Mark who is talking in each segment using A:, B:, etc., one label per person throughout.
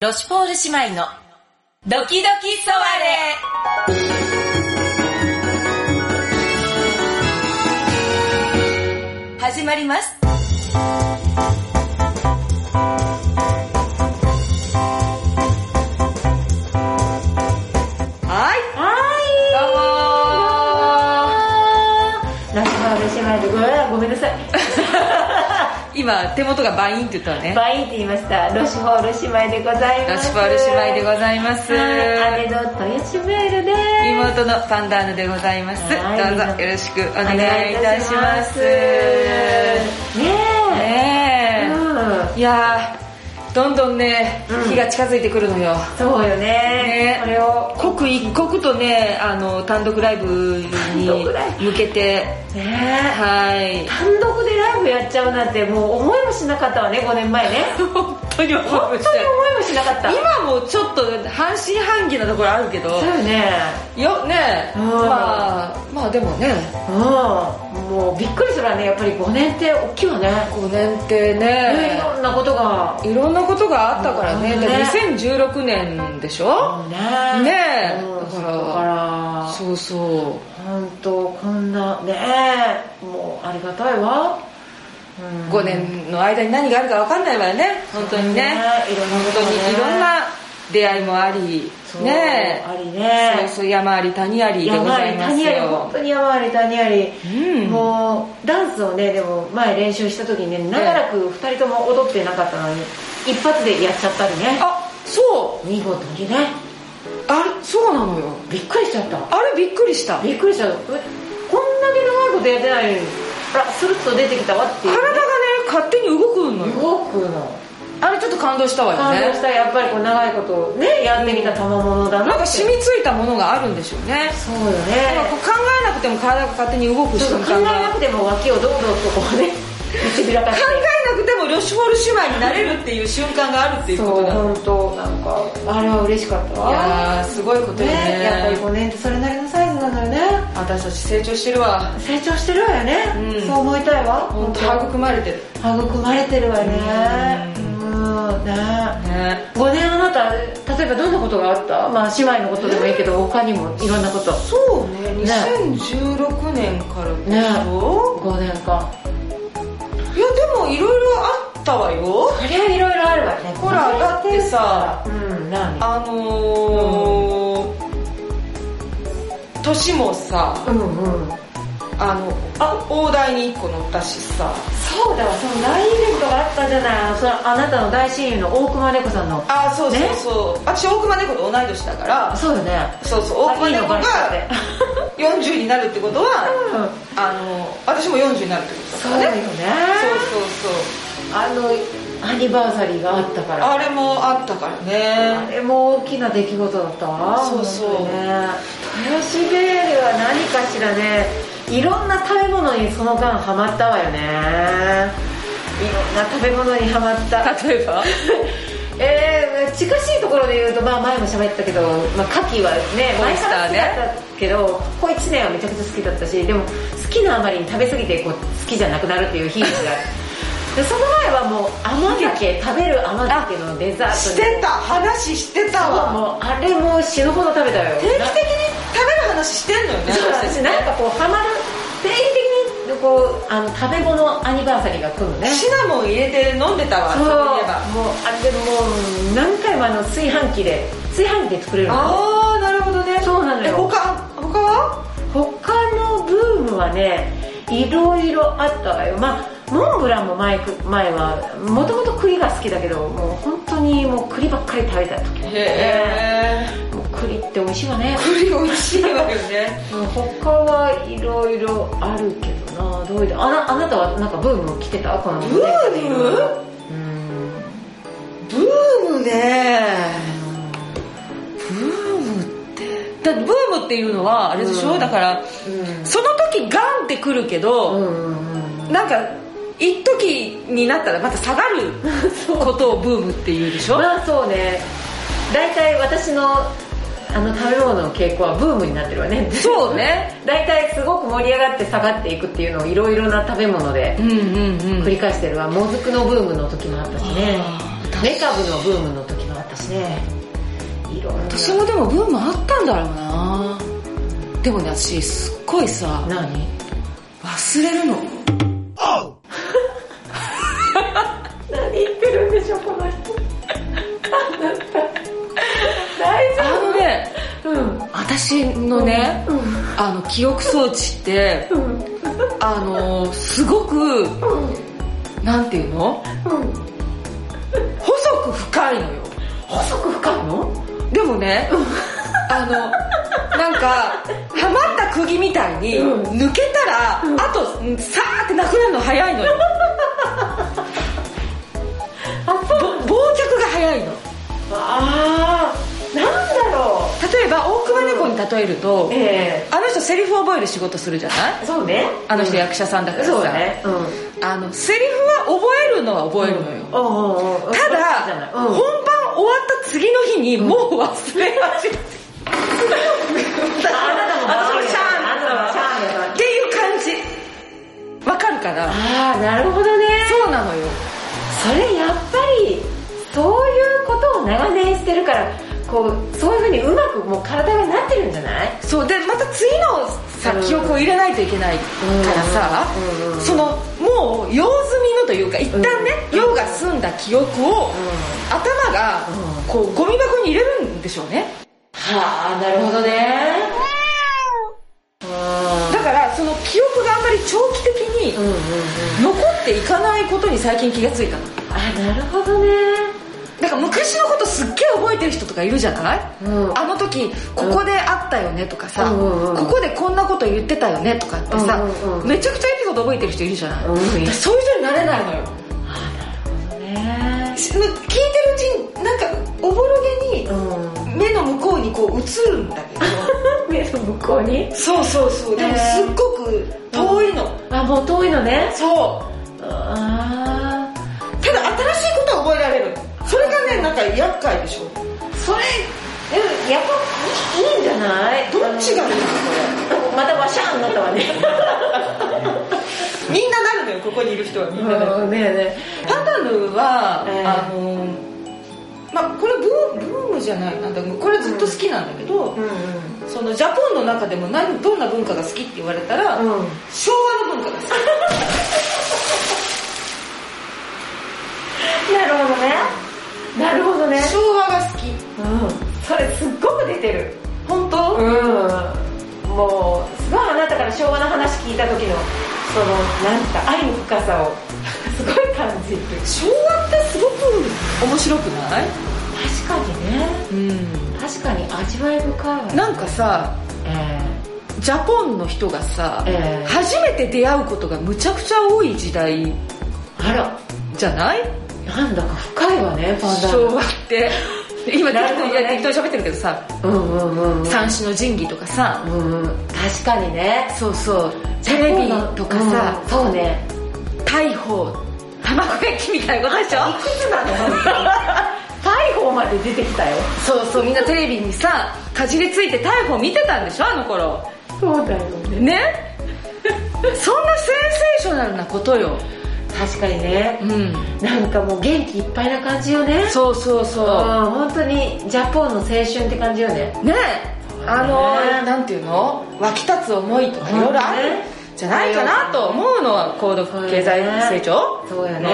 A: ロシュポール姉妹のドキドキソワレ始まります。
B: はい。
A: はい。
B: どうもー。ラスバーブ姉妹でごめんごめんなさい。
A: 今、手元がバインって言ったわね。
B: バインって言いました。ロシュホール姉妹でござい
A: ロ
B: ます。
A: シュポール姉妹でございます。
B: はい。姉の豊島エルです。
A: 妹のパンダーヌでございます。ど
B: はいう
A: ぞよろしくお
B: お願
A: 願いいたします。
B: いいたしますねえ。
A: ね
B: うん
A: え。いやー、どんどんね、
B: うん
A: 日が近づいてくるのよ。
B: そうよね
A: ね
B: これを。
A: 刻一刻とね、あの、単独ライブ
B: 単
A: に
B: 独ライ
A: 向けて、
B: ね
A: はい
B: え。単独でライブやっちゃうなんてもう思いもしなかったわね、5年前ね。
A: 本当に思 い
B: 本当
A: ま
B: に
A: したよ。
B: 思いもしなかった。
A: 今もちょっと半信半疑なところあるけど、
B: そうよね。
A: よ、ね
B: うん
A: まあ、まあでもね、
B: うん。もうびっくりするわね。やっぱり5年って大きいわね。
A: 5年っ
B: ね
A: て
B: い
A: ね、
B: ろんなことが。
A: いろんなことがあったからね、
B: うん
A: だから
B: ね
A: 2016年でしょ、
B: ね
A: ねえ
B: うん
A: だ
B: だ
A: か
B: からら
A: そうそ
B: 本当こんなねえもうありがたいわ、
A: う、
B: うん
A: 5年の間に何があるか分かんないわよね本当にね
B: いろんな
A: 本
B: こと
A: 当
B: がね
A: にいろんな出会いもあり
B: そう
A: ね
B: あり
A: え
B: ね
A: そうそう山あり谷ありでご
B: 山あ
A: ざ
B: り
A: います
B: 谷あり
A: よ
B: 本当に山あり谷あり、
A: うん
B: もうダンスをねでも前練習した時にね長らく2人とも踊ってなかったのに一発でやっちゃったりね
A: あそう
B: 見事にね
A: あれそうなのよ
B: びっくりしちゃった
A: あれびっくりした体
B: びっくりしちゃったえこんだけ長いことやってないのにあらスルッと出てきたわっていう、
A: がね勝手に動くのよ
B: 動くの
A: あれちょっと感動したわよ
B: 感動
A: ね
B: したやっぱりこう長いことねやってきた賜物だな
A: な
B: って
A: んか染みついたものがあるんでしょうね
B: そうよ
A: なんかこう
B: ね
A: 考えなくても体が勝手に動く
B: ちょっ
A: 瞬
B: と考
A: 間
B: え
A: が
B: なくても脇をどんどんとこうね見せびらかし
A: 考えなくてもロシュフォール姉妹になれるっていう瞬間があるってい
B: て
A: うこ
B: そう
A: となのい
B: 本当なんかあれは嬉しかったわ
A: やーすごいことよね
B: ねやっぱり5年ってそれなりのサイズなのよね
A: 私たち成長してるわ
B: 成長してるわよね、
A: うん
B: そう思いたいわ
A: 本当
B: 本
A: 育まれてる
B: 当育まれてるわね
A: う
B: うんね
A: ね
B: 5年あなた例えばどんなことがあったまあ姉妹のことでもいいけど他にもいろんなこと
A: そうね
B: ね
A: 2016年からでしょ、
B: 5年間
A: いやでもいろいろあったわよ
B: そりゃいろいろあるわね
A: ほらだってさ
B: うん何
A: あのー、年もさ
B: うんうん
A: あのあ大台に1個乗ったしさ
B: そうだわその LINE イベントがあったじゃないそのあなたの大親友の大熊猫さんの
A: あそうそう
B: ね
A: そう、私大熊猫と同い年だから
B: そうよね
A: そうそう大熊
B: いい
A: 猫
B: の
A: が
B: バレちゃって
A: 40になるってことは、
B: う ん
A: あの私も40になるってことだ
B: そ
A: か
B: うよ
A: ら
B: ね
A: ねそうそうそう
B: あのアニバーサリーがあったから
A: あれもあったから
B: あ
A: ね
B: れも大きな出来事だったわ
A: そうそう
B: 本当にね豊洲ベールは何かしらねいろんな食べ物にその間ハマったわよねいろんな食べ物にハマった
A: 例えば
B: えー、近しいところで言うと、まあ、前も喋ったけど、まあ、牡蠣はね
A: オイ
B: 前
A: ス
B: か
A: タ
B: ら
A: ー
B: 好き
A: ね
B: だったけど、ここ1年はめちゃくちゃ好きだったしでも好きなあまりに食べ過ぎてこう好きじゃなくなるっていう 日々がでその前はもう甘酒食べる甘酒のデザートに
A: してた話してた
B: そう
A: わ
B: もうあれも死ぬほど食べたよ
A: 定期的に食べる話してんのよね
B: そう私なんかこうハマる定期的にこうあの食べ物アニバーサリーが来るのね
A: シナモン入れて飲んでたわ
B: そう
A: そういえば
B: もうあれでももう何回もあの炊飯器で炊飯器で作れるの
A: ああなるほどね
B: そうなのよ
A: え他他は
B: 他のブームはねいろいろあったわよまあモンブランも前く前はもともと栗が好きだけどもう本当にもう栗ばっかり食べた時もね
A: へえ
B: もう栗って美味しいわね
A: 栗美味しいわよね
B: もう他はいろいろあるけどなどういうあなあなたはなんかブーム来てたこの
A: ブーム
B: うん
A: ブームねブームってだってブームっていうのはあれでしょ、
B: うん
A: だからその時ガンってくるけ
B: うんう
A: ど、
B: んうんうん
A: なんか一時になったらまた下がることをブームっていうでしょ、
B: まあそうね大体私のあの食べ物の傾向はブームになってるわね
A: そうね
B: 大体すごく盛り上がって下がっていくっていうのをいろいろな食べ物で
A: うんうんう
B: 繰り返してるわもずくのブームの時もあったしね
A: あー
B: メカブのブームの時もあっったしねいろんな
A: 私もでもブームあったんだろうなでもね私すっごいさ
B: 何
A: 忘れるの
B: 何言ってるんでしょうこの人あなた大
A: あのね
B: 夫うん
A: 私のね、あの記憶装置って
B: うんうん
A: あのすごくなんていうの
B: うん
A: 細く深いのよ
B: 細く深いの
A: でもねあのなんかはまった釘みたいに
B: うん
A: 抜けたら、あとさーってなくなるの早いのよ
B: あそう
A: ぼ忘却が早いの
B: あーなんだろ
A: 例えば大熊猫に例えると
B: う、え
A: あの人セリフ覚える仕事するじゃない
B: えそうね
A: あの人
B: や
A: 役者さんだからさ、
B: そうねうん
A: あのセリフは覚えるのは覚えるのよ、
B: おうおうおう
A: た
B: じゃ
A: だ
B: ない、
A: 本番終わった次の日にもう忘れ始めて、
B: あなたも
A: 私
B: あ
A: もシャーン
B: なたもシャーンやから
A: っていう感じわかるかな
B: ああなるほどね
A: そうなのよ
B: それやっぱりそういうことを長年してるからこうそういうふうにうまくもう体がなってるんじゃない
A: そうでまた次のさ
B: うん
A: 記憶を入れないといけないからさ
B: うんうん
A: そのもう用済みのというか一旦ね
B: うん
A: 用が済んだ記憶を頭が
B: うん
A: こうゴミ箱に入れるんでしょうね
B: はあなるほどねうん
A: だからその記憶があんまり長期的に
B: うんうんうん
A: 残っていかないことに最近気がついたの
B: あなるほどね
A: だから昔のことすっげえ覚えてる人とかいるじゃない、
B: うん
A: あの時ここで会ったよねとかさ、
B: うんうんうん
A: ここでこんなこと言ってたよねとかってさ、
B: うんうんうん
A: めちゃくちゃエピソード覚えてる人いるじゃない、
B: うんいる
A: 私そういう人になれないのよ
B: ね
A: し聞いてるうちになんかおぼろげに
B: うん
A: 目の向こうにこう映るんだけど
B: 目の向こうに
A: そうそうそうでも
B: へ
A: す
B: ー
A: っごく遠いの、
B: あもう遠いのね
A: そう
B: あ
A: ただ新しいことは覚えられるそれがねなんか厄介でしょ
B: あそれでもやっぱいいいいんじゃない
A: どっちがいいのこ
B: あのまたわシャーンになったわね
A: れみんななるのよここにいる人はみんななる
B: うんねえね
A: パダルは、
B: ええ
A: あのまあこれブーブームじゃないなんだこれずっと好きなんだけど、
B: うん
A: そのジャポンの中でも何どんな文化が好きって言われたら、
B: うん
A: 昭和の文化が好き
B: なるほどねなるほどね
A: 昭和が好き
B: うんそれすっごく出てる
A: 本当、
B: うんもうすごいあなたから昭和の話聞いた時のそのなんか愛の深さを すごい感じる
A: 昭和ってすごく面白くない
B: 確かにね
A: うん
B: 確かに味わい深いわ
A: なんかさ
B: え
A: ジャポンの人がさ、
B: えええ
A: 初めて出会うことがむちゃくちゃ多い時代
B: あら
A: じゃない
B: なんだか深いわねパンダ
A: 昭和って今適
B: なるほ
A: 当
B: ど
A: に
B: ね
A: 適当に喋ってるけどさ、
B: うんうんうんうん
A: 三種の神器とかさ、
B: うんうん確かにね
A: そうそうテレビとかさ
B: うんそうね
A: 大砲卵焼きみたいなことでしょ
B: いくつなの逮捕まで出てきたよ
A: そうそうみんなテレビにさかじりついて逮捕見てたんでしょあの頃
B: そうだよね
A: ね そんなセンセーショナルなことよ
B: 確かにね
A: うん
B: なんかもう元気いっぱいな感じよね
A: そうそう
B: うん
A: そ
B: 本当にジャポンの青春って感じよね
A: うねあの
B: ね
A: なんていうの湧き立つ思いとかいろいろある
B: ね
A: んじゃないかなと思うのは高度経済成長
B: そうやね
A: の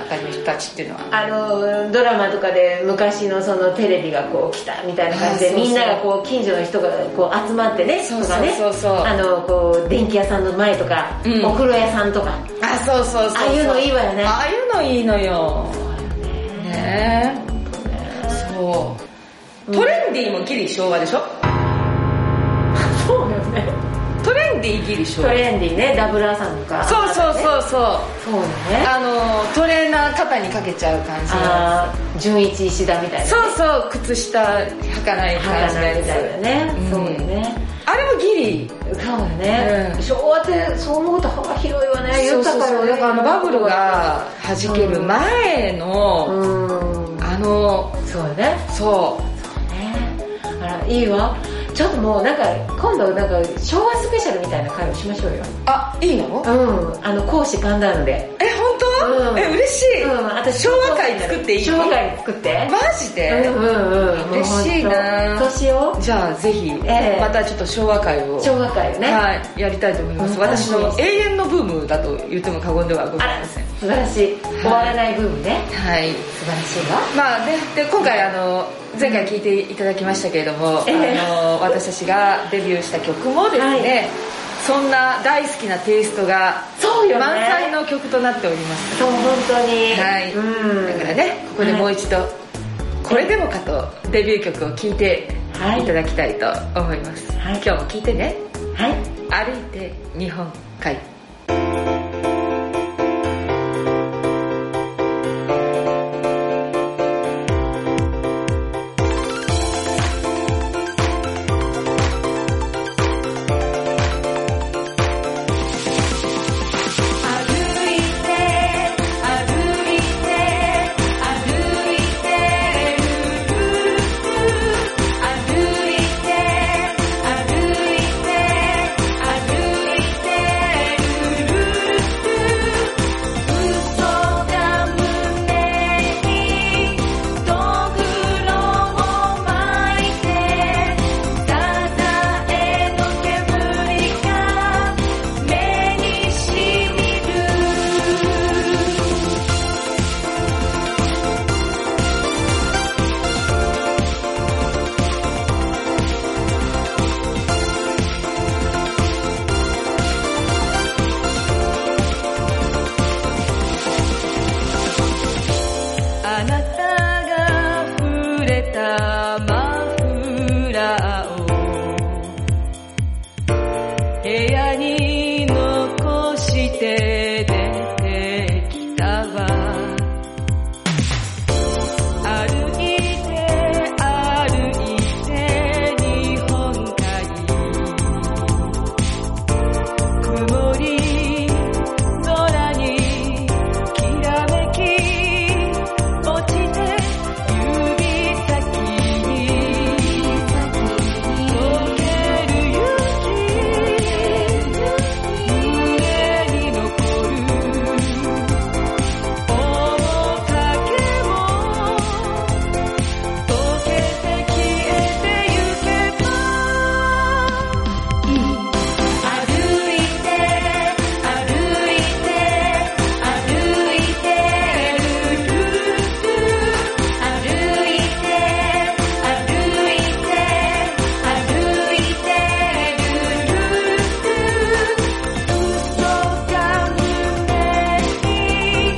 A: あたりの人たちっていうのは
B: あのドラマとかで昔のそのテレビがこう来たみたいな感じ
A: あ
B: で
A: そうそう
B: みんながこう近所の人がこう集まってね
A: そう
B: とかね
A: そうそうそう
B: あのこう電気屋さんの前とか、
A: うん
B: お風呂屋さんと か
A: あそうそうそうそう
B: ああいうのいいわよね
A: ああいうのいいのよねえそうトレンディーもギリ昭和でしょ
B: そうよね
A: トレンディーギリ昭
B: ト
A: 和
B: レンディねダブルアさんとか
A: そうそうそうそう
B: そうよね
A: あのトレーナー肩にかけちゃう感じの
B: あー純一石田みたいな
A: そうそう靴下履かない感
B: はか
A: じの
B: ない
A: や
B: みたい
A: つ
B: なね、
A: うん
B: そうよね
A: あれもギリ
B: そうよね、
A: うん
B: 昭和ってそう思うと幅広いわね
A: そうそ
B: 豊
A: う
B: かよ
A: そう
B: ね
A: だからあのバブルが弾ける前の
B: うん
A: あの
B: そうよね
A: そ
B: ねあらいいわちょっともうなんか今度なんか昭和スペシャルみたいな会をしましょうよ
A: うあいい
B: う
A: の
B: んあの講師神田ので
A: え本当当、
B: うん
A: え嬉しい、
B: うん私
A: 昭和会作っていい
B: 昭和会作って
A: マジで、
B: うんうんうん
A: 嬉しいな
B: そうしよ
A: じゃあぜひ、
B: ええ
A: またちょっと昭和会を
B: う昭和会ね
A: はい、やりたいと思います。
B: うん
A: 私
B: 楽
A: の
B: しみ
A: 永遠のブームだと言っても過言ではござ
B: あ
A: いま
B: ら
A: せん。
B: 素晴らしい終わらないブームね
A: はい。
B: 素晴らしいわ
A: まあね、で今回あの前回聞いていただきましたけれども、
B: ええ
A: あの私たちがデビューした曲もですね、
B: はい
A: そんな大好きなテイストが
B: そうよね
A: 満載の曲となっております。
B: そう本当に
A: はい、
B: うん
A: だからねここでも
B: は
A: う
B: い
A: 一度、これでもかとデビュー曲を聴いて
B: はい
A: いただきたいと思います、
B: はい
A: 今日も聴いてね
B: はい
A: 歩いて日本海
C: 「歩いて歩いて歩いて」「嘘が胸にドグロを巻いて」「ただえの煙が目にしみる」あなたが触れたマフラーを部屋に残して出てきたわ歩いて歩いて日本海曇り空にきらめき落ちて指先に溶ける勇気胸に残る面影も溶けて消えてゆけばいい歩いて歩いて歩いて歩いて歩いて歩いて歩いて歩いてる嘘が胸に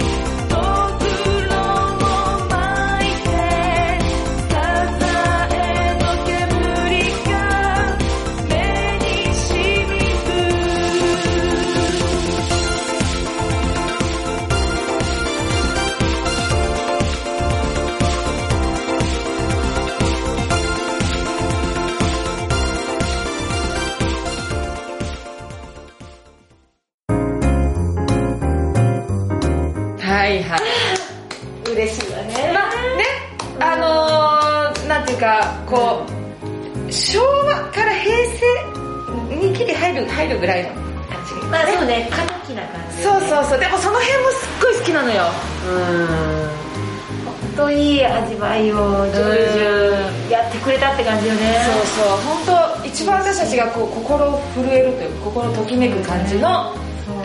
C: ドグロを巻いてサザエの煙が目にしみる
A: はいはい
B: 嬉しいわね
A: まあね、あのー、なんていうか、こう、昭和から平成に切り入る、入るぐらいの。
B: まあでもね過激な感じ
A: そうそうそう、でもその辺もすっごい好きなのよ。
B: うん本当いい味わいをジョルジュやってくれたって感じよね
A: そうそう、本当一番私たちがこう心震えるというか、心ときめく感じの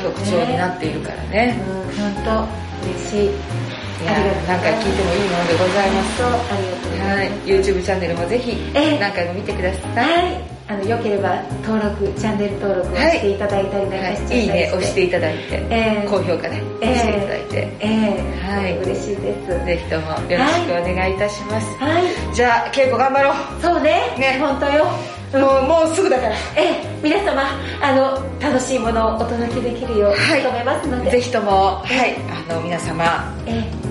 A: 曲調になっているからね。
B: うん本当嬉しい
A: いやーなんか聞いてもいいものでございます。
B: そうありがとうご
A: は
B: ざ
A: い
B: いま、
A: YouTube チャンネルもぜひ
B: ええ
A: 何回も見てください。
B: すはいあのよければ登録チャンネル登録をしていただいたりなんかし
A: は
B: ちゃったり
A: い、いいね押していただいて、
B: ええ
A: 高評価ね、
B: ええ
A: していただいて、
B: ええ
A: はい
B: 嬉しいです
A: ぜひともよろしくお願いいたします。
B: はい
A: じゃあ、稽古頑張ろ
B: そうね
A: ね
B: 本当よ
A: う。もう、もうすぐだから。
B: ええ皆様あの楽しいものをお届けできるよう
A: はい
B: 努めますので、
A: ぜひとも、はい、あの、皆様、
B: ええ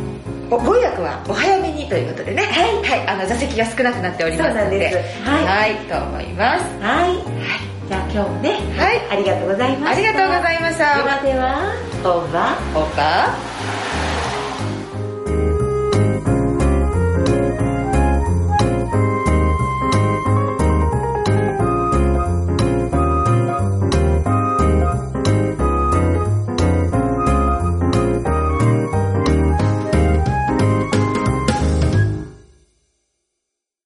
A: ごご予約はお早めにということでね、はい、あの、座席が少なくなっております
B: そうな
A: の
B: ん
A: で、
B: ですはい
A: い、と思います。
B: はい。じゃあ今日もね、
A: はい
B: ありがとうございました。
A: ありがとうございました
B: ではでは、オーバー。
A: オーバー。